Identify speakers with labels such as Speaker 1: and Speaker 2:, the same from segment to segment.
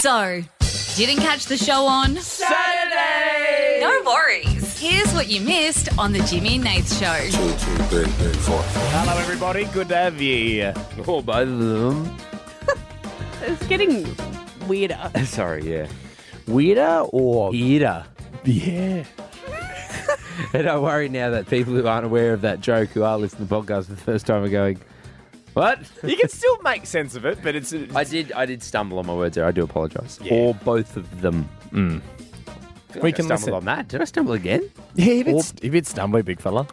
Speaker 1: So, didn't catch the show on?
Speaker 2: Saturday.
Speaker 1: No worries. Here's what you missed on the Jimmy and Nath show.
Speaker 3: Two, two, three, three, four, four.
Speaker 2: Hello, everybody. Good to have you.
Speaker 4: Or Oh, both of them.
Speaker 5: It's getting weirder.
Speaker 4: Sorry, yeah. Weirder or weirder? Yeah. and I worry now that people who aren't aware of that joke who are listening to the podcast for the first time are going, What?
Speaker 2: You can still make sense of it, but it's.
Speaker 4: I did I did stumble on my words there, I do apologise. Or both of them.
Speaker 6: We
Speaker 4: I
Speaker 6: can
Speaker 4: stumbled
Speaker 6: listen.
Speaker 4: on that. Did I stumble again?
Speaker 6: Yeah, you did,
Speaker 4: Or-
Speaker 6: st- you did stumble, big fella.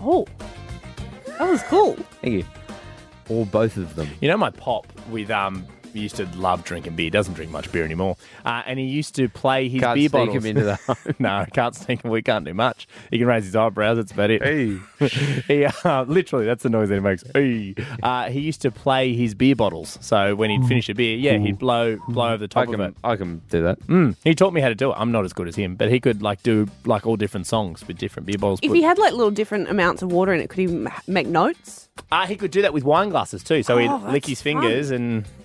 Speaker 5: Oh, that was cool.
Speaker 4: Thank you. Or both of them.
Speaker 6: You know my pop with um he used to love drinking beer. He Doesn't drink much beer anymore, uh, and he used to play his
Speaker 4: Can't
Speaker 6: beer
Speaker 4: sneak
Speaker 6: bottles.
Speaker 4: him into the home.
Speaker 6: no, can't sneak him. We can't do much. He can raise his eyebrows. That's about it.
Speaker 4: Hey.
Speaker 6: he uh, literally that's the noise that he makes. Hey. Uh, he used to play his beer bottles. So when he'd finish a beer, yeah, he'd blow blow over the
Speaker 4: I
Speaker 6: top of
Speaker 4: can,
Speaker 6: it.
Speaker 4: I can do that.
Speaker 6: He taught me how to do it. I'm not as good as him, but he could like do like all different songs with different beer bottles.
Speaker 5: If
Speaker 6: put-
Speaker 5: he had like little different amounts of water in it, could he ma- make notes?
Speaker 6: Uh, he could do that with wine glasses too. So he'd
Speaker 5: Oh, that's
Speaker 6: lick his fingers and.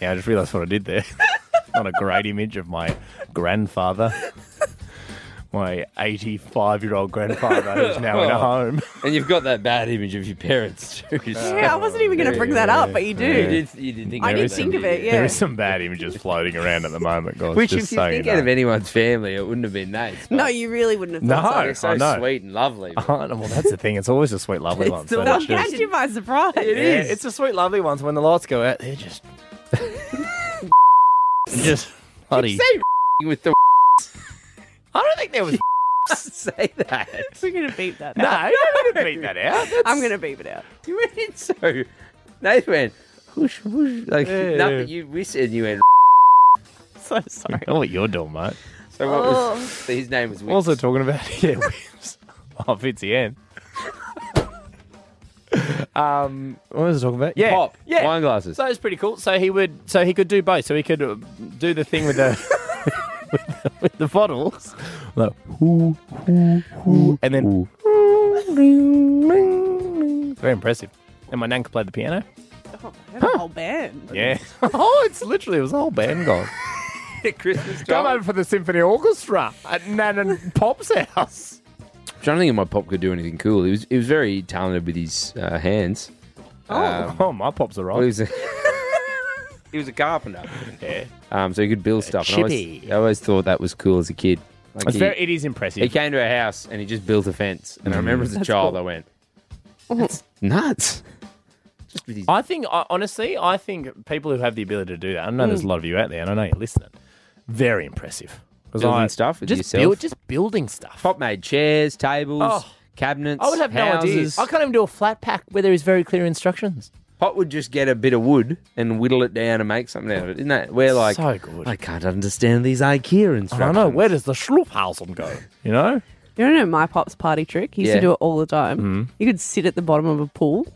Speaker 6: Yeah, I just realised what I did there. Not a great image of my grandfather. My 85 year old grandfather who's now in a home.
Speaker 4: And you've got that bad image of your parents too. so-
Speaker 5: Yeah, I wasn't even going to bring that up, but you do.
Speaker 4: You did, you did think Uh,
Speaker 5: I
Speaker 4: there
Speaker 5: did
Speaker 4: was some-
Speaker 5: think of it.
Speaker 6: There
Speaker 5: Yeah.
Speaker 6: is some bad images floating around at the moment, guys.
Speaker 4: Which,
Speaker 6: just
Speaker 4: if you
Speaker 6: so
Speaker 4: think
Speaker 6: know.
Speaker 4: out of anyone's family, it wouldn't have been Nate's.
Speaker 5: No,
Speaker 4: but-
Speaker 5: you really wouldn't have
Speaker 6: No.
Speaker 5: thought
Speaker 4: They're so
Speaker 6: I know.
Speaker 4: sweet and lovely. but-
Speaker 6: Oh, no, well, that's the thing. It's always a sweet, lovely one.
Speaker 4: the
Speaker 6: so
Speaker 5: so.
Speaker 6: that's
Speaker 4: one-
Speaker 5: I'm
Speaker 6: just-
Speaker 5: catching by surprise.
Speaker 4: It
Speaker 6: Yeah,
Speaker 4: is.
Speaker 6: It's the sweet, lovely ones. When the lights go out, they're just. just
Speaker 4: You
Speaker 6: huddy.
Speaker 4: say with the
Speaker 6: I don't think there was.
Speaker 4: say that.
Speaker 5: We're going to beep that
Speaker 6: no,
Speaker 5: out.
Speaker 6: I'm going to beat that out.
Speaker 5: I'm going to beep it out.
Speaker 4: You went so. Nath went whoosh whoosh like
Speaker 6: Yeah,
Speaker 4: nothing.
Speaker 6: yeah.
Speaker 4: You whispered and you went.
Speaker 5: So sorry.
Speaker 6: know what you're doing, mate.
Speaker 4: So what was so his name was? Wix.
Speaker 6: Also talking about yeah, Wims. Oh, Fitzy Ann. um, what was I talking about? Yeah,
Speaker 4: pop
Speaker 6: yeah.
Speaker 4: wine glasses.
Speaker 6: So it's pretty cool. So he would, so he could do both. So he could uh, do the thing with the with the, with the bottles, like, hoo, hoo, hoo, and then very impressive. And my nan could play the piano.
Speaker 5: Oh, I had a whole band.
Speaker 6: Yeah. oh, it's literally it was a whole band gone.
Speaker 4: Christmas
Speaker 6: Come
Speaker 4: time.
Speaker 6: over for the symphony orchestra at Nan and Pop's house.
Speaker 4: Trying to think if my pop could do anything cool. He was he was very talented with his uh, hands. Um,
Speaker 6: oh, my pops are
Speaker 4: Well, he
Speaker 6: right.
Speaker 4: was a, he was a carpenter.
Speaker 6: Yeah.
Speaker 4: Um, so he could build stuff. And I, always,
Speaker 6: chippy.
Speaker 4: I always thought that was cool as a kid. Like
Speaker 6: It's
Speaker 4: he,
Speaker 6: very, it is
Speaker 4: he
Speaker 6: impressive.
Speaker 4: came to our house and he just built a fence. And I remember as a child, I went, that's nuts. Just with his
Speaker 6: I think, I- honestly, I think people who have the ability to do that, I know
Speaker 4: Mm.
Speaker 6: there's a lot of you out there, and I know you're listening. Very impressive. 'Cause
Speaker 4: Building
Speaker 6: I-
Speaker 4: stuff with
Speaker 6: just
Speaker 4: yourself?
Speaker 6: Build, just building stuff.
Speaker 4: pop made chairs, tables,
Speaker 6: Oh.
Speaker 4: cabinets.
Speaker 6: I would have no idea.
Speaker 4: houses.
Speaker 6: I can't even do a flat pack where there is very clear instructions.
Speaker 4: Pop would just get a bit of wood and whittle it down and make something out of it. Isn't that? We're like,
Speaker 6: So good.
Speaker 4: I can't understand these IKEA
Speaker 6: I
Speaker 4: instructions.
Speaker 6: don't know. Where does the Schluphausen go? You know?
Speaker 5: You don't know my pop's party trick? He used
Speaker 4: Yeah.
Speaker 5: to do it all the time. You could sit at the bottom of a pool.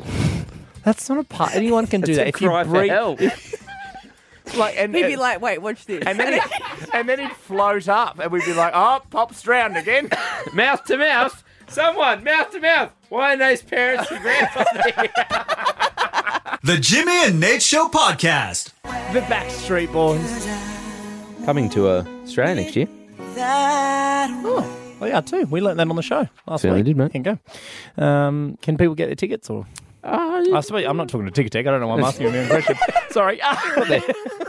Speaker 6: That's not a part. Anyone can do that.
Speaker 4: That's a cry for
Speaker 6: breathe-
Speaker 4: help.
Speaker 6: Like, and,
Speaker 5: He'd be
Speaker 6: and-
Speaker 5: like, wait, watch this.
Speaker 6: and then, he'd, and then he'd float up, and we'd be like, oh, Pop's drowned again.
Speaker 4: mouth to mouth. Someone, mouth to mouth. Why are those parents and grandfathers here?
Speaker 7: The Jimmy and Nate Show podcast.
Speaker 6: the Backstreet Boys.
Speaker 4: Coming to uh, Australia next year.
Speaker 6: Oh, yeah, too. We learnt that on the show last
Speaker 4: Certainly
Speaker 6: week.
Speaker 4: did, mate.
Speaker 6: There you go. Um, can people get their tickets or?
Speaker 4: Uh,
Speaker 6: I suppose I'm not talking to Ticket Tech. I don't know why I'm asking you a question. Sorry.
Speaker 4: they,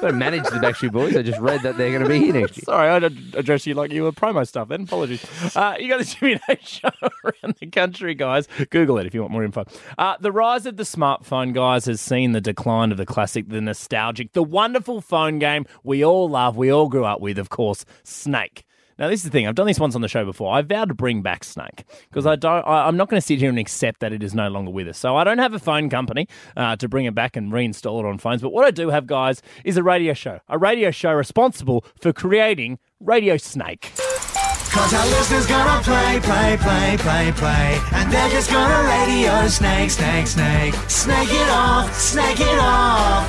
Speaker 4: they manage the Backstreet Boys. I just read that they're going to be here next year.
Speaker 6: Sorry, I ad- addressed you like you were promo stuff then. Apologies. Uh, you got the Jimmy and Nate show around the country, guys. Google it if you want more info. Uh, the rise of the smartphone, guys, has seen the decline of the classic, the nostalgic, the wonderful phone game we all love, we all grew up with, of course, Snake. Now, this is the thing. I've done this once on the show before. I vowed to bring back Snake because I don't. I, I'm not going to sit here and accept that it is no longer with us. So I don't have a phone company uh, to bring it back and reinstall it on phones. But what I do have, guys, is a radio show. A radio show responsible for creating Radio Snake.
Speaker 7: Cause our listeners gonna play, play, play, play, play. And they're just gonna radio snake, snake, snake. Snake it off, snake it off.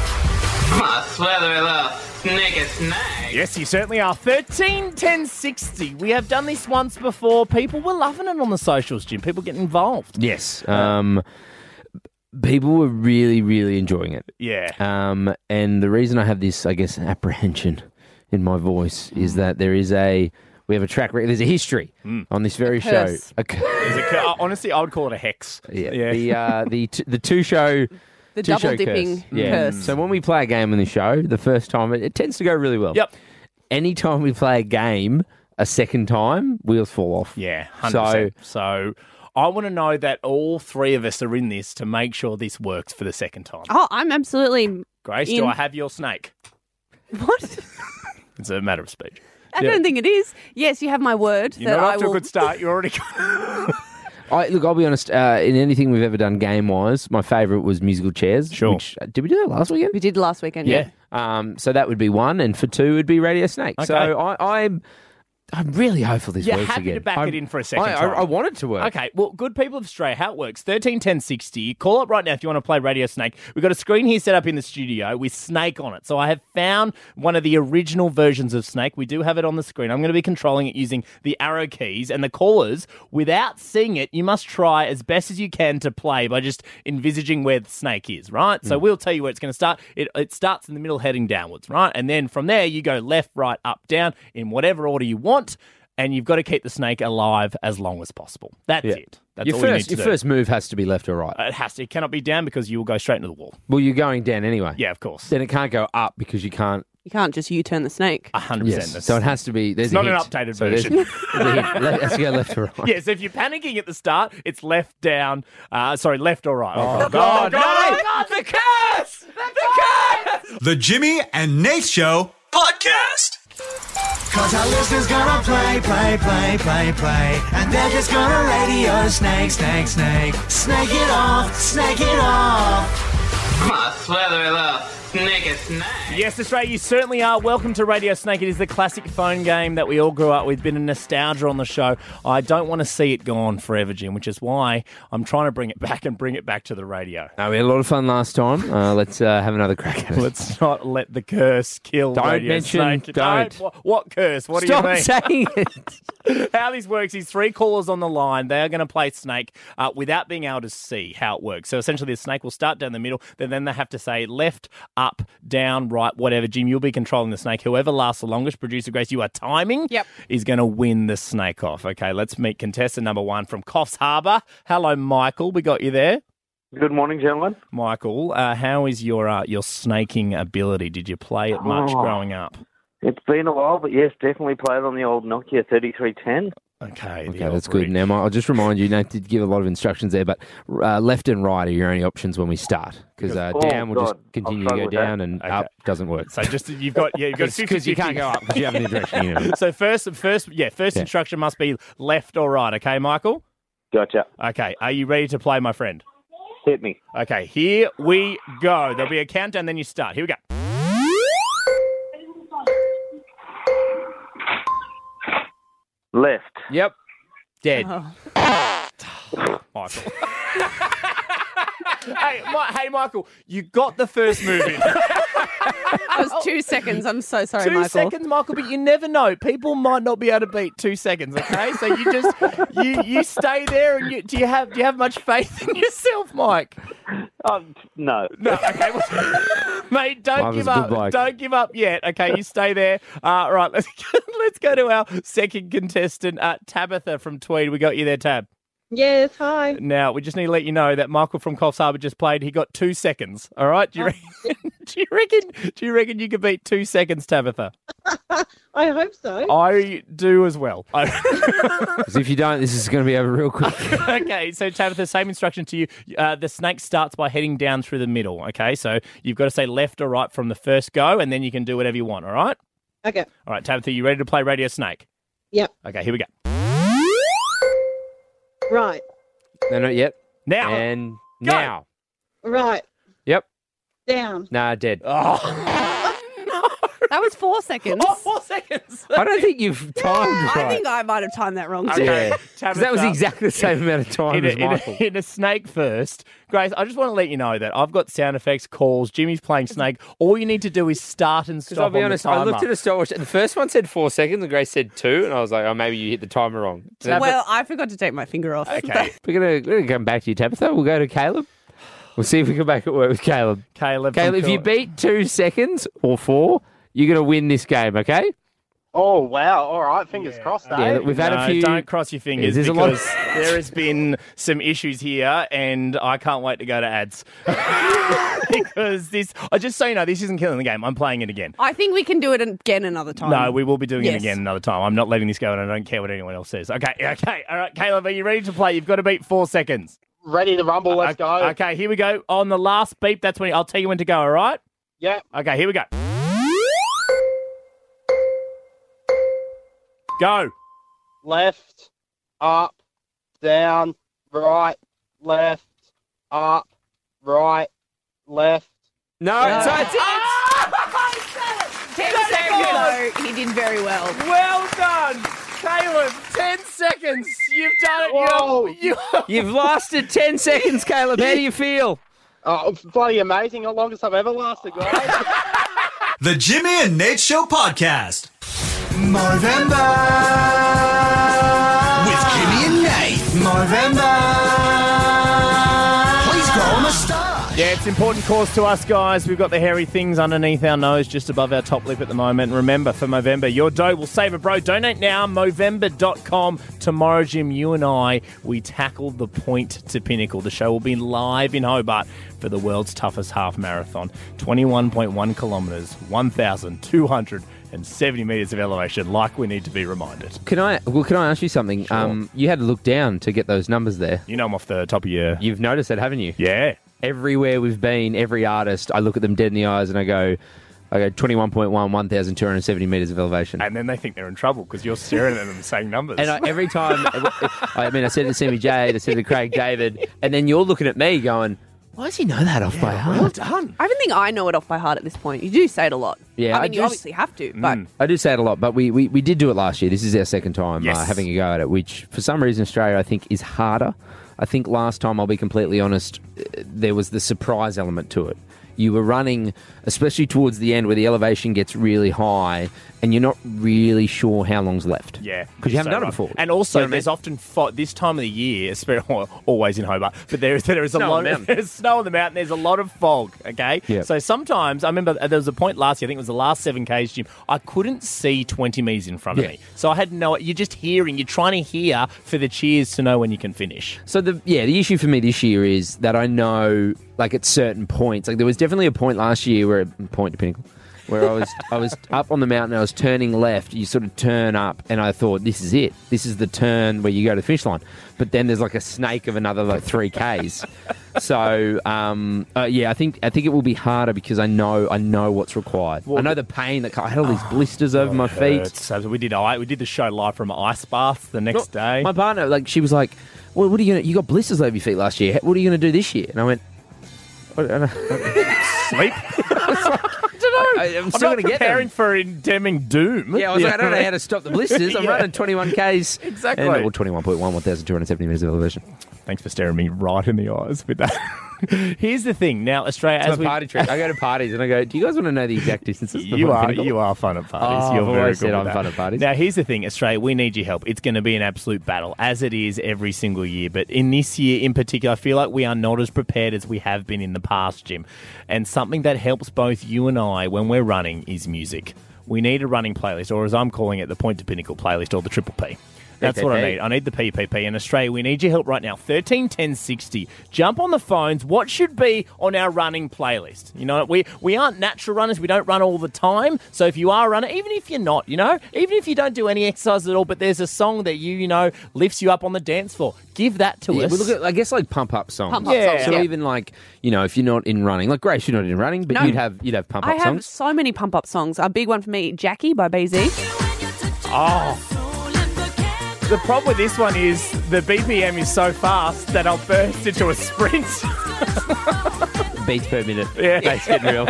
Speaker 6: Yes, you certainly are. 13 10 60. We have done this once before. People were loving it on the socials, Jim. People get involved.
Speaker 4: Yes. Um, people were really, really enjoying it.
Speaker 6: Yeah.
Speaker 4: Um, and the reason I have this, I guess, apprehension in my voice is that there is a we have a track record. There's a history on this very show.
Speaker 5: curse.
Speaker 4: Hmm. A cur-
Speaker 6: Is it- uh, honestly, I would call it a hex.
Speaker 4: yeah. The uh, the t- the two show.
Speaker 5: The
Speaker 4: two
Speaker 5: double
Speaker 4: show
Speaker 5: dipping
Speaker 4: curse. Yeah. So when we play a game on the show, the first time it, it tends to go really well.
Speaker 6: Yep.
Speaker 4: Anytime we play a game a second time, wheels fall off.
Speaker 6: Yeah, 100%. So, I want to know that all three of us are in this to make sure this works for the second time.
Speaker 5: Oh, I'm absolutely
Speaker 6: Grace,
Speaker 5: in-
Speaker 6: do I have your snake?
Speaker 5: what?
Speaker 6: It's a matter of speech.
Speaker 5: I don't think it is. Yes, you have my word
Speaker 6: You're
Speaker 5: that
Speaker 6: not
Speaker 5: I
Speaker 6: off to
Speaker 5: will.
Speaker 6: a good start. You're already.
Speaker 4: I, look, I'll be honest. Uh, in anything we've ever done game wise, my favourite was musical chairs.
Speaker 6: Sure.
Speaker 4: Which, uh, did we do that last weekend?
Speaker 5: We did last weekend. Yeah.
Speaker 4: Um, so that would be one, and for two would be Radio Snake. So
Speaker 6: Okay.
Speaker 4: I, I'm, I'm really hopeful this
Speaker 6: You're
Speaker 4: works
Speaker 6: happy
Speaker 4: again.
Speaker 6: to back
Speaker 4: I'm-
Speaker 6: it in for a second
Speaker 4: I, I,
Speaker 6: time.
Speaker 4: I want it to work.
Speaker 6: Okay, well, good people of Australia, how it works, 13 10 60. Call up right now if you want to play Radio Snake. We've got a screen here set up in the studio with Snake on it. So I have found one of the original versions of Snake. We do have it on the screen. I'm going to be controlling it using the arrow keys and the callers. Without seeing it, you must try as best as you can to play by just envisaging where the snake is, right? So we'll tell you where it's going to start. It, it starts in the middle heading downwards, right? And then from there, you go left, right, up, down in whatever order you want and you've got to keep the snake alive as long as possible. That's it. That's
Speaker 4: Your
Speaker 6: all you need
Speaker 4: first,
Speaker 6: to
Speaker 4: your
Speaker 6: do. Uh,
Speaker 4: first move has to be left or right.
Speaker 6: It has to. It cannot be down because you will go straight into the wall.
Speaker 4: well, you're going down anyway.
Speaker 6: Yeah, of course.
Speaker 4: Then it can't go up because you can't.
Speaker 5: You can't just U-turn the snake.
Speaker 6: A hundred
Speaker 4: Yes.
Speaker 6: percent.
Speaker 4: So it has to be. There's
Speaker 6: It's not
Speaker 4: a
Speaker 6: an
Speaker 4: hint.
Speaker 6: updated
Speaker 4: so there's-
Speaker 6: version.
Speaker 4: there's a hint. Let- Let's go left or right.
Speaker 6: Yes, if you're panicking at the start, it's left down. Uh, sorry, left or right. Oh,
Speaker 4: God, no!
Speaker 6: the curse! The curse!
Speaker 7: The Jimmy and Nate Show podcast. Cause our listeners gonna play, play, play, play, play. And they're just gonna radio snake, snake, snake. Snake it off, snake it off.
Speaker 8: Must whether the snake is snake.
Speaker 6: Yes, Australia, you certainly are. Welcome to Radio Snake. It is the classic phone game that we all grew up with. Been a nostalgia on the show. I don't want to see it gone forever, Jim, which is why I'm trying to bring it back and bring it back to the radio.
Speaker 4: No, we had a lot of fun last time. Uh, let's uh, have another crack at it.
Speaker 6: Let's not let the curse kill
Speaker 4: Don't
Speaker 6: Radio
Speaker 4: mention-
Speaker 6: Snake.
Speaker 4: don't.
Speaker 6: What, what curse? What
Speaker 4: Stop
Speaker 6: do you mean?
Speaker 4: saying it.
Speaker 6: how this works is three callers on the line. They are going to play Snake uh, without being able to see how it works. So essentially, the Snake will start down the middle. Then, then they have to say left, up, down, right, whatever. Jim, you'll be controlling the Snake. Whoever lasts the longest, producer Grace, you are timing.
Speaker 5: Yep.
Speaker 6: Is going to win the Snake off. Okay, let's meet contestant number one from Coffs Harbour. Hello, Michael. We got you there.
Speaker 9: Good morning, gentlemen.
Speaker 6: Michael, uh, how is your uh, your snaking ability? Did you play it much
Speaker 9: Oh.
Speaker 6: growing up?
Speaker 9: It's been a while, but yes, definitely played on the old Nokia 3310.
Speaker 6: Okay, the
Speaker 4: Okay,
Speaker 6: old
Speaker 4: that's good.
Speaker 6: brick.
Speaker 4: Now, I'll just remind you, Nate did give a lot of instructions there, but uh, left and right are your only options when we start because uh,
Speaker 9: Oh,
Speaker 4: down will just
Speaker 9: God. I'll
Speaker 4: continue to go
Speaker 9: struggle with that.
Speaker 4: down and
Speaker 6: Okay.
Speaker 4: up doesn't work.
Speaker 6: So just you've got yeah you've got
Speaker 4: because you can't go up because you have an direction. You know.
Speaker 6: So first first yeah first
Speaker 4: Yeah.
Speaker 6: instruction must be left or right. Okay, Michael.
Speaker 9: Gotcha.
Speaker 6: Okay, are you ready to play, my friend?
Speaker 9: Hit me.
Speaker 6: Okay, here we go. There'll be a countdown, then you start. Here we go.
Speaker 9: Left.
Speaker 4: Yep.
Speaker 6: Dead,
Speaker 5: Oh.
Speaker 6: Michael. hey, Mi- hey, Michael, you got the first move in.
Speaker 5: That was two seconds. I'm so sorry,
Speaker 6: Oh. two
Speaker 5: Michael.
Speaker 6: seconds, Michael. But you never know. People might not be able to beat two seconds. Okay, so you just you you stay there, and you, do you have do you have much faith in yourself, Mike?
Speaker 9: Um, no.
Speaker 6: No, okay, well, mate, don't
Speaker 4: Mine was
Speaker 6: give
Speaker 4: a good
Speaker 6: up.
Speaker 4: bloke.
Speaker 6: Don't give up yet. Okay, you stay there. Uh, right, let's let's go to our second contestant, uh, Tabitha from Tweed. We got you there, Tab.
Speaker 10: Yes, hi.
Speaker 6: Now we just need to let you know that Michael from Coffs Harbour just played. He got two seconds. All right,
Speaker 10: Oh.
Speaker 6: do you, reckon, do you reckon? Do you reckon you could beat two seconds, Tabitha?
Speaker 10: I hope so.
Speaker 6: I do as well. I-
Speaker 4: 'Cause if you don't, this is going to be over real quick.
Speaker 6: okay, so Tabitha, same instruction to you. Uh, the snake starts by heading down through the middle. Okay, so you've got to say left or right from the first go, and then you can do whatever you want. All right.
Speaker 10: Okay.
Speaker 6: All right, Tabitha, you ready to play Radio Snake?
Speaker 10: Yep.
Speaker 6: Okay, here we go.
Speaker 10: Right.
Speaker 4: no, not yet.
Speaker 6: Now.
Speaker 4: And
Speaker 6: Go.
Speaker 4: now.
Speaker 10: Right.
Speaker 4: Yep.
Speaker 10: Down.
Speaker 4: Nah, dead.
Speaker 6: oh.
Speaker 5: That was four seconds.
Speaker 6: oh, four seconds.
Speaker 4: I don't think you've timed right.
Speaker 5: I think I might have timed that wrong.
Speaker 6: Okay,
Speaker 4: Yeah. 'Cause
Speaker 6: Tabitha.
Speaker 4: that was exactly the same amount of time
Speaker 6: in a,
Speaker 4: as
Speaker 6: in, a-
Speaker 4: Michael.
Speaker 6: in a snake first. Grace, I just want to let you know that I've got sound effects, calls. Jimmy's playing snake. All you need to do is start and stop.
Speaker 4: Because I'll be
Speaker 6: on
Speaker 4: honest,
Speaker 6: the
Speaker 4: I
Speaker 6: timer.
Speaker 4: looked at a stopwatch. and The first one said four seconds, and Grace said two, and I was like, "Oh, maybe you hit the timer wrong."
Speaker 5: Well, I forgot to take my finger off.
Speaker 6: Okay.
Speaker 4: We're gonna, we're gonna come back to you, Tabitha. We'll go to Caleb. We'll see if we can make it work with Caleb.
Speaker 6: Caleb. from
Speaker 4: Caleb, if you
Speaker 6: Coolidge.
Speaker 4: beat two seconds or four, you're going to win this game, okay?
Speaker 11: Oh wow! All right, fingers
Speaker 6: uh,
Speaker 11: crossed. Eh?
Speaker 4: Yeah, we've had
Speaker 6: No,
Speaker 4: a few.
Speaker 6: Don't cross your fingers
Speaker 4: There's a lot of-
Speaker 6: because there has been some issues here, and I can't wait to go to ads because this. I just so you know, this isn't killing the game. I'm playing it again.
Speaker 5: I think we can do it again another
Speaker 4: Um,
Speaker 5: time.
Speaker 6: No, we will be doing it
Speaker 5: Yes.
Speaker 6: again another time. I'm not letting this go, and I don't care what anyone else says. Okay, okay, all right, Caleb, are you ready to play? You've got to beat four seconds.
Speaker 11: Ready to rumble? Let's
Speaker 6: okay,
Speaker 11: go.
Speaker 6: Okay, here we go. On the last beep, that's when I'll tell you when to go. All right.
Speaker 11: Yep.
Speaker 6: Okay, here we go. Go.
Speaker 11: Left, up, down, right, left, up, right, left.
Speaker 4: No, it's it's
Speaker 6: Ah!
Speaker 5: Ten seconds. He did very well.
Speaker 6: Well done, Caleb. Ten seconds. You've done it.
Speaker 11: Whoa!
Speaker 6: You, you,
Speaker 4: You've lasted 10 seconds, Caleb. How do you feel?
Speaker 11: Oh, bloody amazing! Not longest I've ever lasted, guys.
Speaker 7: The Jimmy and Nate Show Podcast. Movember. With Jimmy and Nate. Movember. Please grow a moustache.
Speaker 6: Yeah, it's important cause to us, guys. We've got the hairy things underneath our nose, just above our top lip at the moment. Remember, for Movember, your dough will save a bro. Donate now, Movember.com. Tomorrow, Jim, you and I, we tackle the point to pinnacle. The show will be live in Hobart for the world's toughest half marathon. 21.1 kilometres, 1,270 metres of elevation, like we need to be reminded.
Speaker 4: Can I, well, can I ask you something? Um, you had to look down to get those numbers there.
Speaker 6: You know I'm off the top of your...
Speaker 4: You've noticed that, haven't you?
Speaker 6: Yeah.
Speaker 4: everywhere we've been, every artist, I look at them dead in the eyes and I go, I go 21.1, 1,270 meters of elevation.
Speaker 6: And then they think they're in trouble because you're staring at them saying numbers.
Speaker 4: And I, every time, I mean, I said it to Sammy Jade, I said it to Craig David, and then you're looking at me going, why does he know that off by heart?
Speaker 6: done.
Speaker 5: I even think I know it off by heart at this point. You do say it a lot.
Speaker 4: Yeah, I
Speaker 5: I
Speaker 4: Mm.
Speaker 5: mean, you
Speaker 4: do s-
Speaker 5: obviously have to, but
Speaker 4: I do say it a lot, but we, we, we did do it last year. This is our second time uh,
Speaker 6: Yes.
Speaker 4: having a go at it, which for some reason Australia I think is harder. I think last time, I'll be completely honest, uh, there was the surprise element to it. You were running, especially towards the end where the elevation gets really high and you're not really sure how long's left.
Speaker 6: Yeah,
Speaker 4: Because you haven't
Speaker 6: so
Speaker 4: done
Speaker 6: right.
Speaker 4: it before.
Speaker 6: And also,
Speaker 4: You know what I
Speaker 6: there's
Speaker 4: mean?
Speaker 6: often fo- this time of the year, especially well, always in Hobart, but there is there is a
Speaker 4: Snow on
Speaker 6: lot
Speaker 4: the mountain.
Speaker 6: there's snow on the mountain. There's a lot of fog. Okay,
Speaker 4: Yeah.
Speaker 6: so sometimes I remember uh, there was a point last year. I think it was the last seven k's, Jim. I couldn't see 20 meters in front
Speaker 4: Yeah.
Speaker 6: of me, so I had no. You're just hearing. You're trying to hear for the cheers to know when you can finish.
Speaker 4: So the yeah, the issue for me this year is that I know like at certain points, like there was definitely a point last year where point to pinnacle, where I was I was up on the mountain, I was turning left, you sort of turn up, and I thought this is it, this is the turn where you go to the finish line. But then there's like a snake of another like three k's. So um, uh, yeah, I think I think it will be harder because I know I know what's required. I know the pain that I had all these blisters over my feet.
Speaker 6: So we did. I we did the show live from ice baths the next
Speaker 4: Well,
Speaker 6: day.
Speaker 4: My partner, like, she was like, "Well, what are you gonna? You got blisters over your feet last year. What are you gonna do this year?" And I went, "I don't know.
Speaker 6: Sleep.
Speaker 4: I, am
Speaker 6: I'm
Speaker 4: still
Speaker 6: not
Speaker 4: gonna get
Speaker 6: preparing
Speaker 4: them."
Speaker 6: for endemic doom.
Speaker 4: Yeah, I was like, I don't know how to stop the blisters. I'm
Speaker 6: Yeah.
Speaker 4: running 21 k's
Speaker 6: Exactly.
Speaker 4: and, uh, well, 21.1, 1,270 meters of elevation.
Speaker 6: Thanks for staring me right in the eyes with that. Here's the thing. Now, Australia,
Speaker 4: It's
Speaker 6: as
Speaker 4: my
Speaker 6: we,
Speaker 4: party trick. I go to parties and I go, "Do you guys want to know the exact distances?"
Speaker 6: you are you are fun at parties.
Speaker 4: Oh,
Speaker 6: You're
Speaker 4: I've
Speaker 6: very
Speaker 4: always said
Speaker 6: good with
Speaker 4: I'm
Speaker 6: that.
Speaker 4: fun at parties.
Speaker 6: Now here's the thing, Australia. We need your help. It's going to be an absolute battle, as it is every single year. But in this year in particular, I feel like we are not as prepared as we have been in the past, Jim. And something that helps both you and I when we're running is music. We need a running playlist, or as I'm calling it, the Point to Pinnacle playlist, or the Triple P. That's what I
Speaker 4: PPP.
Speaker 6: need. I need the PPP. And Australia, we need your help right now. 13 10 60. Jump on the phones. What should be on our running playlist? You know, we, we aren't natural runners. We don't run all the time. So if you are a runner, even if you're not, you know, even if you don't do any exercise at all, but there's a song that you, you know, lifts you up on the dance floor, give that to
Speaker 4: Yeah,
Speaker 6: us.
Speaker 4: we look at, I guess, like pump up songs.
Speaker 5: Pump up
Speaker 6: Yeah. songs,
Speaker 4: So
Speaker 5: yeah.
Speaker 4: even like, you know, if you're not in running, like Grace, you're not in running, but
Speaker 5: No.
Speaker 4: you'd have you'd have pump
Speaker 5: I
Speaker 4: up
Speaker 5: have
Speaker 4: songs.
Speaker 5: so many pump up songs. A big one for me, Jackie by BZ.
Speaker 6: Oh. the problem with this one is the BPM is so fast that I'll burst into a sprint.
Speaker 4: Beats per minute.
Speaker 6: Yeah.
Speaker 4: that's getting real.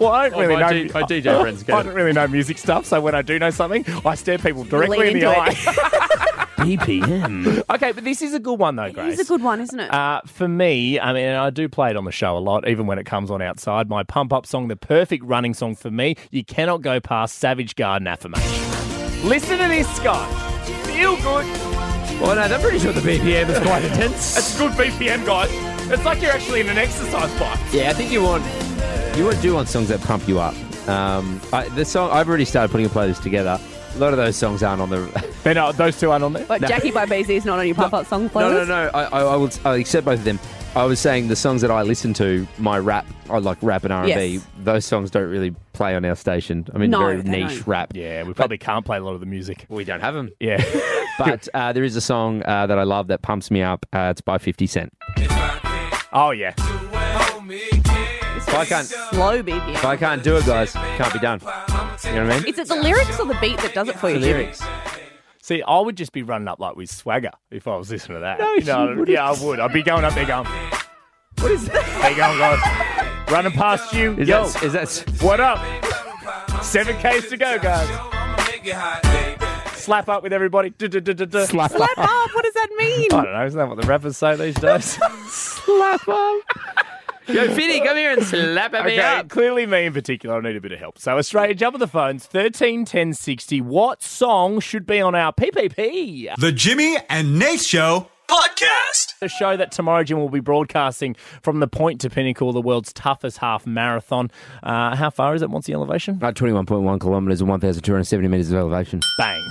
Speaker 6: well, Oh, I don't really
Speaker 4: my
Speaker 6: know.
Speaker 4: D- my DJ friends get
Speaker 6: I
Speaker 4: it.
Speaker 6: don't really know music stuff, so when I do know something, I stare people directly in
Speaker 5: Lean
Speaker 6: the
Speaker 5: into
Speaker 6: eye.
Speaker 5: it.
Speaker 4: BPM.
Speaker 6: Okay, but this is a good one though, Grace.
Speaker 5: It's a good one, isn't it?
Speaker 6: Uh, for me, I mean, and I do play it on the show a lot, even when it comes on outside. My pump up song, the perfect running song for me, you cannot go past Savage Garden Affirmation. Listen to this, Scott. Feel good.
Speaker 4: Well, no, I'm pretty sure the BPM is quite intense.
Speaker 6: That's good BPM, guys. It's like you're actually in an exercise bike.
Speaker 4: Yeah, I think you want you want do want songs that pump you up. Um, I, the song I've already started putting a playlist together. A lot of those songs aren't on the.
Speaker 6: They're not, those two aren't on there.
Speaker 5: What,
Speaker 4: No.
Speaker 5: Jackie by BZ is not on your pop up song playlist?
Speaker 4: No, no, no. I, I, I will. I accept both of them. I was saying the songs that I listen to, my rap, I like rap and R and B.
Speaker 5: Yes.
Speaker 4: Those songs don't really play on our station. I mean,
Speaker 5: No,
Speaker 4: very
Speaker 5: they
Speaker 4: niche
Speaker 5: don't.
Speaker 4: rap.
Speaker 6: Yeah, we probably can't play a lot of the music.
Speaker 4: We don't have them.
Speaker 6: Yeah.
Speaker 4: but uh, there is a song uh, that I love that pumps me up. Uh, it's by Fifty Cent.
Speaker 6: Oh yeah.
Speaker 4: If I can't,
Speaker 5: Slow BBM.
Speaker 4: if I can't do it, guys, can't be done. You know what I mean?
Speaker 5: Is it the lyrics or the beat that does it for you?
Speaker 4: The lyrics.
Speaker 6: See, I would just be running up like with swagger if I was listening to that.
Speaker 5: No,
Speaker 6: You know,
Speaker 5: you wouldn't.
Speaker 6: yeah, I would. I'd be going up there going, "What is that? Hey, going guys, running past you.
Speaker 4: Is
Speaker 6: Yo,
Speaker 4: that, is that
Speaker 6: what up? Seven k's to go, guys. Slap up with everybody. Du-du-du-du-du.
Speaker 4: slap
Speaker 5: Slap up. What does that mean?
Speaker 6: I don't know. Isn't that what the rappers say these days?
Speaker 4: slap up? Yo, Finny, come here and slap at me
Speaker 6: Okay,
Speaker 4: up.
Speaker 6: clearly me in particular, I need a bit of help. So Australia, jump on the phones, 13 10 60. What song should be on our PPP?
Speaker 7: The Jimmy and Nate Show podcast.
Speaker 6: The show that tomorrow, Jim, will be broadcasting from the Point to Pinnacle, the world's toughest half marathon. Uh, how far is it? What's the elevation?
Speaker 4: About 21.1 kilometres and 1,270 metres of elevation.
Speaker 6: Bang.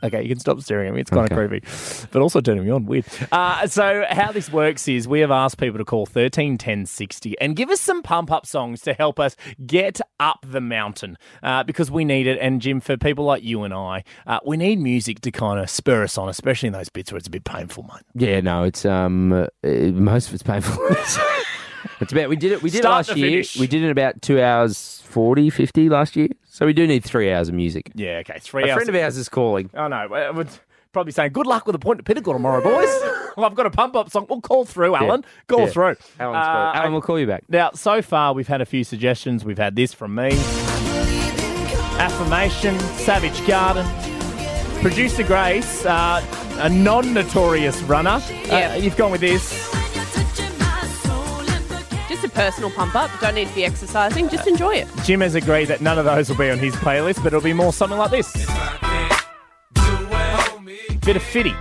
Speaker 6: Okay, you can stop staring at me. It's kind of
Speaker 4: Okay.
Speaker 6: creepy, but also turning me on. Weird. Uh, so, how this works is we have asked people to call thirteen ten sixty and give us some pump up songs to help us get up the mountain uh, because we need it. And Jim, for people like you and I, uh, we need music to kind of spur us on, especially in those bits where it's a bit painful, mate.
Speaker 4: Yeah, no, it's um, uh, most of it's painful. it's about we did it. We did it
Speaker 6: Start
Speaker 4: last
Speaker 6: to
Speaker 4: year.
Speaker 6: finish.
Speaker 4: We did it in about two hours 40, 50 last year. So we do need three hours of music.
Speaker 6: Yeah. Okay. Three
Speaker 4: A
Speaker 6: hours.
Speaker 4: friend of ours is calling.
Speaker 6: I know. I would probably saying good luck with the point at Pinnacle tomorrow, boys. well, I've got a pump up song. We'll call through, Alan.
Speaker 4: Yeah.
Speaker 6: Call through.
Speaker 4: Alan's
Speaker 6: Uh,
Speaker 4: calling. Alan, we'll call you back.
Speaker 6: Now, so far, we've had a few suggestions. We've had this from me Affirmation, Savage Garden, Producer Grace, uh, a non notorious runner.
Speaker 5: Yeah.
Speaker 6: Uh, you've gone with this.
Speaker 5: Just a personal pump up. Don't need to be exercising. Just enjoy it.
Speaker 6: Jim has agreed that none of those will be on his playlist, but it'll be more something like this. Bit of fitty.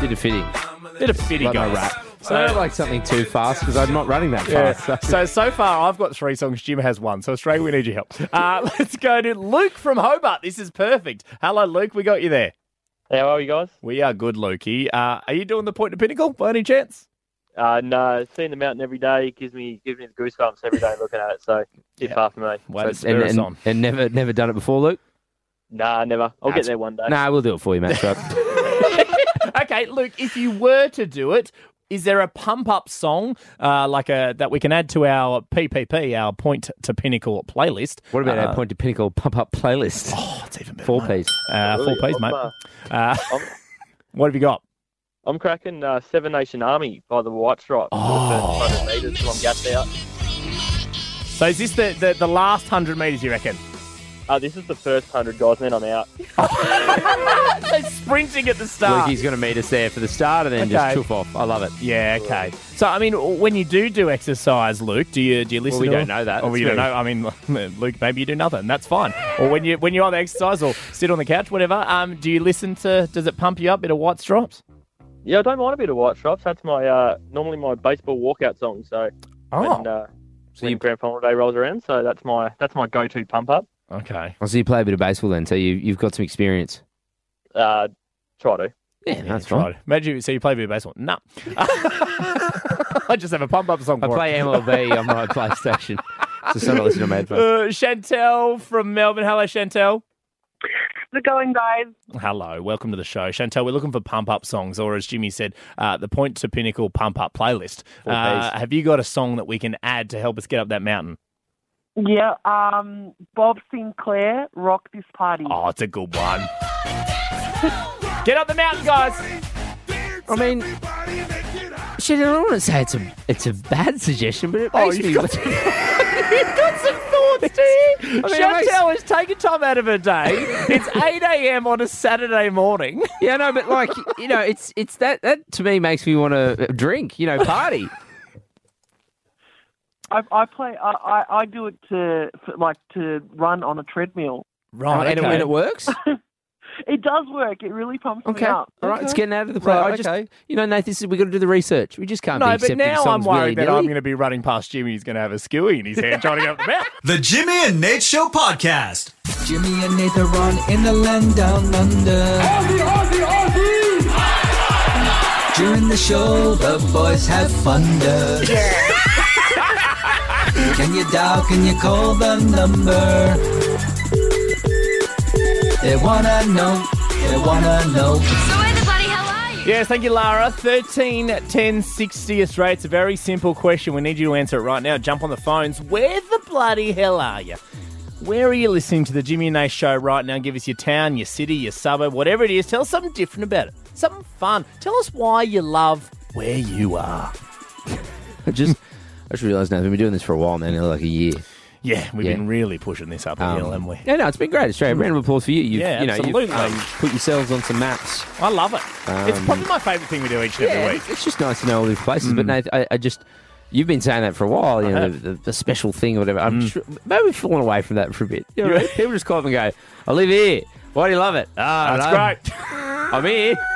Speaker 4: Did a fitting.
Speaker 6: Uh, Bit of fitty
Speaker 4: Like
Speaker 6: go
Speaker 4: my
Speaker 6: rap.
Speaker 4: rap. So I don't like something too fast because I'm not running that
Speaker 6: Yeah.
Speaker 4: fast. so-
Speaker 6: So so far, I've got three songs. Jim has one. So Australia, we need your help. Uh, let's go to Luke from Hobart. This is perfect. Hello, Luke. We got you there.
Speaker 11: How are you guys?
Speaker 6: We are good, Lukey. Uh, are you doing the point to pinnacle by any chance?
Speaker 11: Uh, no, seeing the mountain every day gives me gives me the goosebumps every day looking at it. So it's
Speaker 6: Yeah.
Speaker 11: far for me.
Speaker 6: Way to spur
Speaker 4: and,
Speaker 6: us
Speaker 4: and-
Speaker 6: on.
Speaker 4: and never never done it before, Luke.
Speaker 11: Nah, never. I'll
Speaker 6: That's-
Speaker 11: get there one day.
Speaker 4: Nah, we'll do it for you, Matt.
Speaker 6: okay, Luke. If you were to do it, is there a pump up song uh, like a that we can add to our PPP, our point to pinnacle playlist?
Speaker 4: what about
Speaker 6: uh,
Speaker 4: our point to pinnacle pump up playlist?
Speaker 6: Oh, it's even better.
Speaker 4: Four
Speaker 6: mate.
Speaker 4: piece.
Speaker 6: Uh, four P's, mate.
Speaker 11: I'm, uh,
Speaker 6: Uh,
Speaker 11: I'm-
Speaker 6: what have you got?
Speaker 11: I'm cracking uh, Seven Nation Army by the White Stripes.
Speaker 6: Oh.
Speaker 11: For the first 100 metres till I'm gassed out.
Speaker 6: So is this the, the, the last hundred meters? You reckon?
Speaker 11: Uh, this is the first 100, guys, and then I'm out.
Speaker 6: They're sprinting at the
Speaker 4: Luke,
Speaker 6: start.
Speaker 4: he's going to meet us there for the start and then just
Speaker 6: Okay.
Speaker 4: chuff off. I love it.
Speaker 6: yeah, okay. So I mean, when you do do exercise, Luke, do you do you listen?
Speaker 4: we
Speaker 6: to
Speaker 4: don't
Speaker 6: it?
Speaker 4: know that.
Speaker 6: Or
Speaker 4: That's
Speaker 6: you don't
Speaker 4: very-
Speaker 6: know. I mean, Luke, maybe you do nothing. That's fine. or when you when you're on the exercise or sit on the couch, whatever. Um, do you listen to? Does it pump you up? Bit of white stripes.
Speaker 11: Yeah, I don't mind a bit of White Stripes. That's my uh, normally my baseball walkout song. So when, uh,
Speaker 4: Oh. So
Speaker 11: when
Speaker 4: you-
Speaker 11: grand final day rolls around, so that's my that's my go-to pump up.
Speaker 6: okay.
Speaker 4: Oh, so you play a bit of baseball then, so you, you've got some experience.
Speaker 11: Uh, try to.
Speaker 4: Yeah, that's
Speaker 6: Try
Speaker 4: right.
Speaker 6: it. Imagine. you- So you play a bit of baseball? No. I just have a pump up song.
Speaker 4: I
Speaker 6: for it.
Speaker 4: play MLB on my PlayStation. So some I listen to my headphones.
Speaker 6: Uh, Chantel from Melbourne. Hello, Chantel.
Speaker 12: How's it going, guys?
Speaker 6: Hello, welcome to the show. Chantel, we're looking for pump up songs, or as Jimmy said, uh, the Point to Pinnacle pump up playlist.
Speaker 4: Four
Speaker 6: Uh,
Speaker 4: Ps.
Speaker 6: have you got a song that we can add to help us get up that mountain?
Speaker 12: Yeah, um, Bob Sinclair, rock this party.
Speaker 6: Oh, it's a good one. get up the mountain, guys.
Speaker 4: I mean, Uh, shit, I don't want to say it's a it's a bad suggestion, but it
Speaker 6: Oh,
Speaker 4: makes
Speaker 6: you've
Speaker 4: me.
Speaker 6: got- You've got some thoughts, do you?
Speaker 4: mean, it
Speaker 6: Chantel has taken time out of her day. It's 8 a.m. on a Saturday morning.
Speaker 4: yeah, no, but like you know, it's it's that that to me makes me want to drink. You know, party.
Speaker 12: I, I play. I, I, I do it to for, like to run on a treadmill.
Speaker 4: Oh,
Speaker 6: Right,
Speaker 4: and it, when it works,
Speaker 12: It does work. It really pumps
Speaker 4: Okay.
Speaker 12: me up.
Speaker 4: All right. It's getting out of the play. I just, You know, Nate, this is, we got to do the research. We just can't be
Speaker 6: No, but
Speaker 4: accepting
Speaker 6: now I'm
Speaker 4: songs
Speaker 6: worried that
Speaker 4: willy-nilly.
Speaker 6: I'm going to be running past Jimmy. He's going to have a skewy in his hand trying to get up the mouth.
Speaker 7: The Jimmy and Nate Show podcast.
Speaker 13: Jimmy and Nate are on in the land down under. During the show, the boys have thunder. can you dial, can you call the number? They wanna know, they wanna know.
Speaker 6: Yes, thank you, Lara. 13 10 60 Australia. It's a very simple question. We need you to answer it right now. Jump on the phones. Where the bloody hell are you? Where are you listening to the Jimmy and Nash show right now? Give us your town, your city, your suburb, whatever it is. Tell us something different about it. Something fun. Tell us why you love where you are.
Speaker 4: I just, I just realised now, we've been doing this for a while now, nearly like a year.
Speaker 6: Yeah, we've
Speaker 4: Yeah.
Speaker 6: been really pushing this up a
Speaker 4: Um,
Speaker 6: hill, haven't we?
Speaker 4: Yeah, no, it's been great, Australia. Round of applause for you. You've,
Speaker 6: Yeah,
Speaker 4: you know,
Speaker 6: absolutely.
Speaker 4: You've, um, put yourselves on some maps.
Speaker 6: I love it. it's
Speaker 4: Um,
Speaker 6: probably my favourite thing we do each and
Speaker 4: Yeah,
Speaker 6: every week.
Speaker 4: it's- it's just nice to know all these places. But Nate, I, I just you've been saying that for a while. You know,
Speaker 6: Mm. have. Mm.
Speaker 4: the, the, the special thing or whatever. I'm just, maybe we've fallen away from that for a bit. You know, people just call up and go, "I live here. Why do you love it?" Ah,
Speaker 6: That's
Speaker 4: great. I'm here.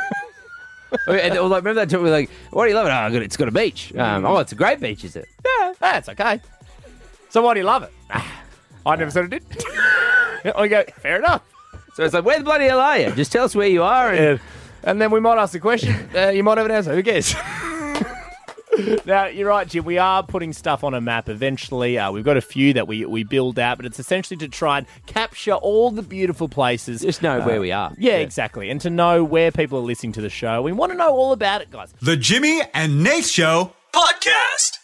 Speaker 4: Oh, and, or like, remember that time we were like, "Why do you love it?" Oh, good, it's got a beach.
Speaker 6: Mm.
Speaker 4: Um, oh, it's a great beach, is it?
Speaker 6: Yeah, that's okay. So why do you love it? Ah, I never said it did. I go, fair enough.
Speaker 4: So it's like, where the bloody hell are you? Just tell us where you are. And,
Speaker 6: and then we might ask the question. Uh, you might have an answer. Who cares? now you're right, Jim. We are putting stuff on a map eventually. Uh, we've got a few that we we build out, but it's essentially to try and capture all the beautiful places. Uh,
Speaker 4: Just know where we are.
Speaker 6: Yeah, exactly, and to know where people are listening to the show. We want to know all about it, guys.
Speaker 7: The Jimmy and Nate Show podcast.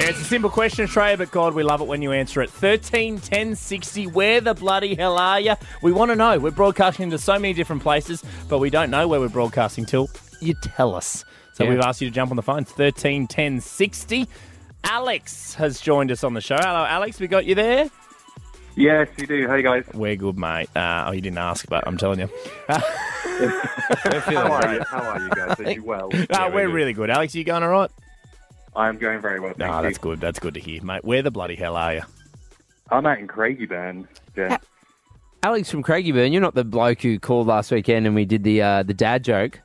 Speaker 6: Yeah, it's a simple question, Trey, but God, we love it when you answer it. 13 10 60, where the bloody hell are you? We want to know. We're broadcasting to so many different places, but we don't know where we're broadcasting till you tell us. So
Speaker 4: Yeah.
Speaker 6: we've asked you to jump on the phone. It's 13 10 60. Alex has joined us on the show. Hello, Alex, we got you there?
Speaker 14: Yes, you do. How you guys?
Speaker 6: We're good, mate. Uh, oh, you didn't ask, but I'm telling you.
Speaker 14: How are you? How are you guys? Are you well?
Speaker 6: No,
Speaker 14: Yeah,
Speaker 6: Uh, we're, really good. Alex, you going all right?
Speaker 14: I'm going very well. Thank
Speaker 6: No,
Speaker 14: you.
Speaker 6: that's good. That's good to hear, mate. Where the bloody hell are you?
Speaker 14: I'm out in Craigieburn. Yeah.
Speaker 4: Alex from Craigieburn, you're not the bloke who called last weekend and we did the uh, the dad joke.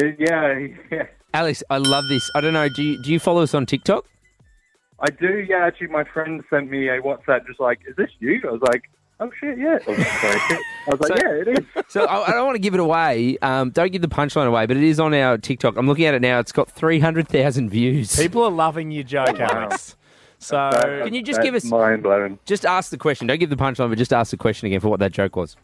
Speaker 14: Uh, yeah, yeah.
Speaker 4: Alex, I love this. I don't know. Do you, do you follow us on TikTok?
Speaker 14: I do. Yeah, actually, my friend sent me a WhatsApp just like, "Is this you?" I was like, "Oh shit, yeah." I was like, I was like, "Yeah, it is."
Speaker 4: So I, I don't want to give it away. Um, don't give the punchline away, but it is on our TikTok. I'm looking at it now. It's got 300,000 views.
Speaker 6: People are loving your joke,
Speaker 4: Wow.
Speaker 6: Alex. So
Speaker 4: That- Can you just give that's us-
Speaker 14: mind blowing?
Speaker 4: Just ask the question. Don't give the punchline, but just ask the question again for what that joke was.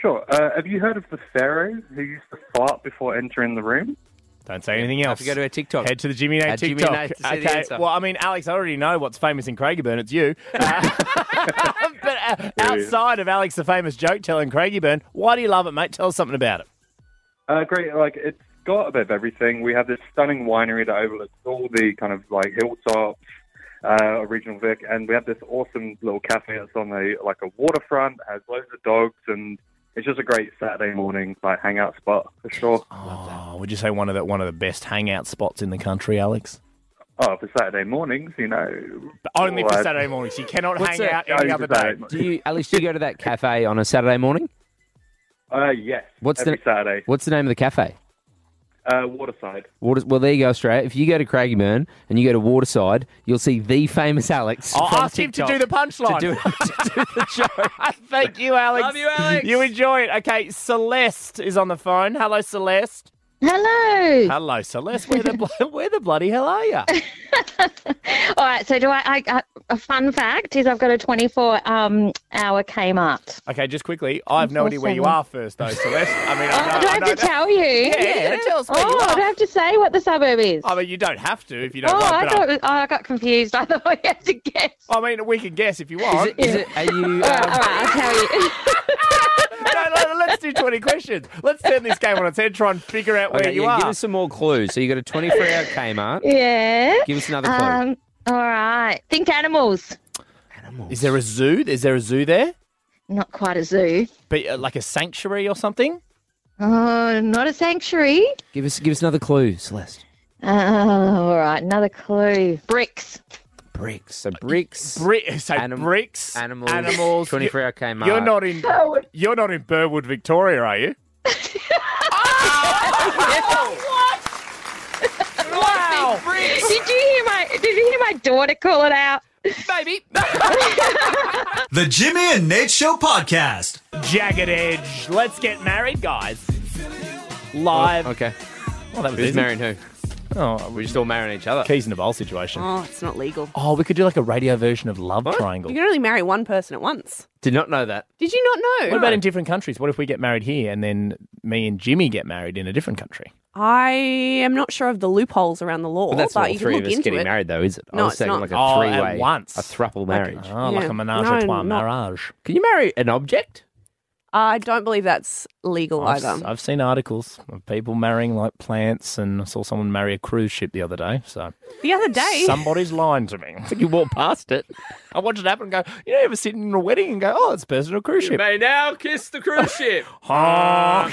Speaker 14: Sure. Uh, have you heard of the pharaoh who used to fart before entering the room?
Speaker 6: Don't say anything else.
Speaker 14: to go to
Speaker 4: our TikTok.
Speaker 6: Head to the Jimmy and Nate
Speaker 14: At Jimmy and
Speaker 6: TikTok.
Speaker 14: Nate to see
Speaker 6: okay.
Speaker 14: the answer.
Speaker 6: Well, I mean, Alex, I already know what's famous in Craigieburn. It's you. Uh, but uh,
Speaker 14: Brilliant.
Speaker 6: outside of Alex, the famous joke teller in Craigieburn, why do you love it, mate? Tell us something about it.
Speaker 14: Uh, great. Like it's got a bit of everything. We have this stunning winery that overlooks all the kind of like hilltops, uh, original Vic, and we have this awesome little cafe that's on the like a waterfront. Has loads of dogs, and it's just a great Saturday morning like hangout spot for sure.
Speaker 6: Oh, would you say one of the one of the best hangout spots in the country, Alex?
Speaker 14: Oh, for Saturday mornings, you know.
Speaker 6: Only for
Speaker 14: Well, I-
Speaker 6: Saturday mornings. You cannot
Speaker 14: What's
Speaker 6: hang
Speaker 14: that?
Speaker 6: out any
Speaker 14: Only
Speaker 6: other
Speaker 14: for Saturday
Speaker 6: day.
Speaker 14: mornings.
Speaker 4: Do you, Alex, do you go to that cafe on a Saturday morning?
Speaker 14: Uh, yes.
Speaker 4: What's
Speaker 14: every
Speaker 4: the
Speaker 14: Saturday?
Speaker 4: What's the name of the cafe?
Speaker 14: Uh, Waterside.
Speaker 4: Water, well, there you go, Australia. If you go to Craigieburn and you go to Waterside, you'll see the famous Alex.
Speaker 6: I'll
Speaker 4: from
Speaker 6: ask him to
Speaker 4: TikTok
Speaker 6: do the punchline.
Speaker 4: to do it.
Speaker 6: Thank you, Alex.
Speaker 4: Love you, Alex.
Speaker 6: You enjoy it. Okay, Celeste is on the phone. Hello, Celeste.
Speaker 15: Hello.
Speaker 6: Hello, Celeste. Where the blo- where the bloody hell are you?
Speaker 15: All right. So, do I, I? I- uh, A fun fact is I've got a 24 um, hour Kmart.
Speaker 6: Okay, just quickly. I have no idea where you are first, though, Celeste. I mean, I know,
Speaker 15: Oh, do I
Speaker 6: I
Speaker 15: have
Speaker 6: know
Speaker 15: to
Speaker 6: that-
Speaker 15: tell you?
Speaker 6: Yeah, yeah, tell us where
Speaker 15: oh,
Speaker 6: you
Speaker 15: I
Speaker 6: are.
Speaker 15: don't have to say what the suburb is.
Speaker 6: I mean, you don't have to if you don't
Speaker 15: oh,
Speaker 6: want,
Speaker 15: I
Speaker 6: but uh,
Speaker 15: thought. oh, I got confused. I thought I had to guess.
Speaker 6: I mean, we can guess if you want.
Speaker 4: Is it? Are you?
Speaker 15: All right, all right, I'll tell you.
Speaker 6: no, no, let's do 20 questions. Let's turn this game on its head, try and figure out where
Speaker 4: Okay,
Speaker 6: you
Speaker 4: yeah,
Speaker 6: are.
Speaker 4: Give us some more clues. So you got a 24 hour Kmart.
Speaker 15: Yeah.
Speaker 4: Give us another clue.
Speaker 15: Um, all right. Think animals.
Speaker 6: Is there a zoo? Is there a zoo there?
Speaker 15: Not quite a zoo.
Speaker 6: But uh, like a sanctuary or something?
Speaker 15: Oh, not a sanctuary.
Speaker 4: Give us give us another clue, Celeste.
Speaker 15: Oh, all right. Another clue. Bricks.
Speaker 4: bricks. So bricks.
Speaker 6: Brick, so bricks,
Speaker 4: animals,
Speaker 6: animals.
Speaker 4: 24 hour Kmart.
Speaker 6: You're not in. You're not in Burwood, Victoria, are you?
Speaker 15: Wow! Did you hear my Did you hear my daughter call it out?
Speaker 6: Maybe.
Speaker 7: The Jimmy and Nate Show podcast.
Speaker 6: Jagged Edge. Let's get married, guys. Live.
Speaker 4: okay.
Speaker 6: Well, that was
Speaker 4: Who's
Speaker 6: easy.
Speaker 4: marrying who?
Speaker 6: Oh,
Speaker 4: we're just all marrying each other.
Speaker 6: Keys in a bowl situation.
Speaker 5: Oh, it's not legal.
Speaker 6: Oh, we could do like a radio version of Love Triangle.
Speaker 5: You can only marry one person at once.
Speaker 4: Did not know that.
Speaker 5: Did you not know?
Speaker 6: What about in different countries? What if we get married here and then me and Jimmy get married in a different country?
Speaker 5: I am not sure of the loopholes around the law,
Speaker 4: But
Speaker 5: but,
Speaker 4: that's not
Speaker 5: you
Speaker 4: all
Speaker 5: can
Speaker 4: three
Speaker 5: look
Speaker 4: of us
Speaker 5: into
Speaker 4: getting
Speaker 5: it.
Speaker 4: married, though, is it? I
Speaker 5: No,
Speaker 4: was
Speaker 5: it's
Speaker 4: saying
Speaker 5: not.
Speaker 4: like a
Speaker 6: Oh, at
Speaker 4: three-way,
Speaker 6: once.
Speaker 4: a thruple marriage.
Speaker 6: Oh, like
Speaker 5: Yeah.
Speaker 6: a menage a
Speaker 5: No,
Speaker 6: trois,
Speaker 5: not-
Speaker 6: marriage.
Speaker 4: Can you marry an object?
Speaker 5: I don't believe that's legal
Speaker 6: I've,
Speaker 5: either.
Speaker 6: I've seen articles of people marrying like plants, and I saw someone marry a cruise ship the other day. So
Speaker 5: The other day,
Speaker 6: somebody's lying to me.
Speaker 4: you walk past it.
Speaker 6: I watched it happen and go, you know, you ever sit in a wedding and go, oh, it's a personal cruise ship.
Speaker 4: may now kiss the cruise ship.
Speaker 6: Oh,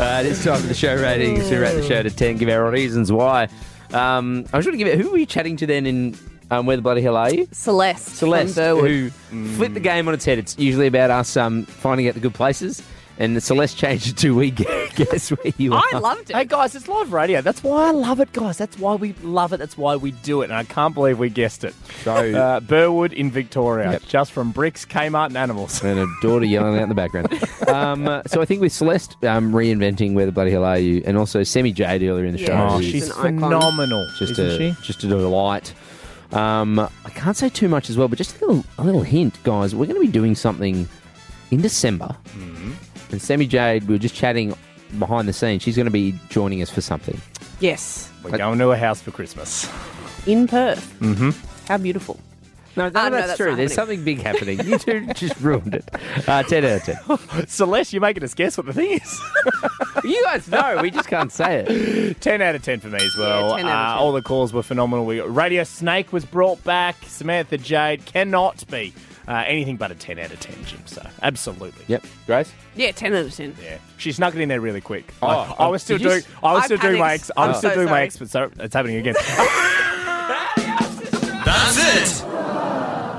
Speaker 4: Uh, it is time for the show ratings. We rate the show to 10, give our reasons why. Um, I was going to give it. Who were you chatting to then in um, Where the Bloody Hell Are You?
Speaker 5: Celeste.
Speaker 4: Celeste,
Speaker 5: from Burwood.
Speaker 4: who
Speaker 6: Mm.
Speaker 4: flipped the game on its head. It's usually about us um, finding out the good places. And Celeste changed it to We Guess Where You Are.
Speaker 5: it.
Speaker 6: Hey guys, it's live radio. That's why I love it, guys. That's why we love it. That's why we do it. And I can't believe we guessed it.
Speaker 4: So
Speaker 6: uh, Burwood in Victoria, just from bricks, Kmart, and animals.
Speaker 4: and a daughter yelling out in the background. Um, uh, so I think with Celeste um, reinventing Where the Bloody Hell Are You, and also Semi Jade earlier in the
Speaker 6: Yeah,
Speaker 4: show.
Speaker 6: Oh,
Speaker 4: who
Speaker 6: she's
Speaker 4: is
Speaker 6: phenomenal,
Speaker 4: Just
Speaker 6: isn't
Speaker 4: a
Speaker 6: she?
Speaker 4: just a delight. Um, I can't say too much as well, but just a little, a little hint, guys. We're going to be doing something in December, and Semi Jade. We were just chatting behind the scenes. She's going to be joining us for something.
Speaker 5: Yes,
Speaker 6: We're going to a house for Christmas.
Speaker 5: in Perth.
Speaker 6: Mm-hmm.
Speaker 5: How beautiful.
Speaker 4: No,
Speaker 5: Ah, no,
Speaker 4: that's,
Speaker 5: that's
Speaker 4: true.
Speaker 5: not
Speaker 4: There's
Speaker 5: happening.
Speaker 4: something big happening. You two just ruined it. Uh, 10 out of 10.
Speaker 6: Celeste, you're making us guess what the thing is.
Speaker 4: you guys know. We just can't say it.
Speaker 6: 10 out of 10 for me as well.
Speaker 4: 10 out of
Speaker 6: Uh, all the calls were phenomenal. We got Radio Snake was brought back. Samantha Jade cannot be uh, anything but a 10 out of 10, Jim. So, absolutely.
Speaker 4: Yep. Grace?
Speaker 5: Yeah, ten out of ten.
Speaker 6: Yeah. She snuck it in there really quick.
Speaker 4: Oh,
Speaker 6: I, I was still
Speaker 4: did you
Speaker 6: doing.
Speaker 4: s-
Speaker 6: I was
Speaker 4: I
Speaker 6: still doing my.
Speaker 4: panicked. Oh.
Speaker 6: Ex, I was
Speaker 4: I'm
Speaker 6: still
Speaker 4: so
Speaker 6: doing my
Speaker 4: sorry.
Speaker 6: expert. Sorry, it's happening again.
Speaker 7: That's it.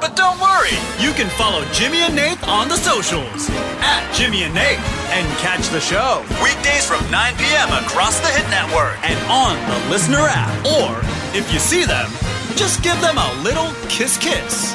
Speaker 7: But don't worry, you can follow Jimmy and Nate on the socials at Jimmy and Nate and catch the show weekdays from 9 p.m. across the Hit Network and on the Listener app. Or if you see them, just give them a little kiss kiss.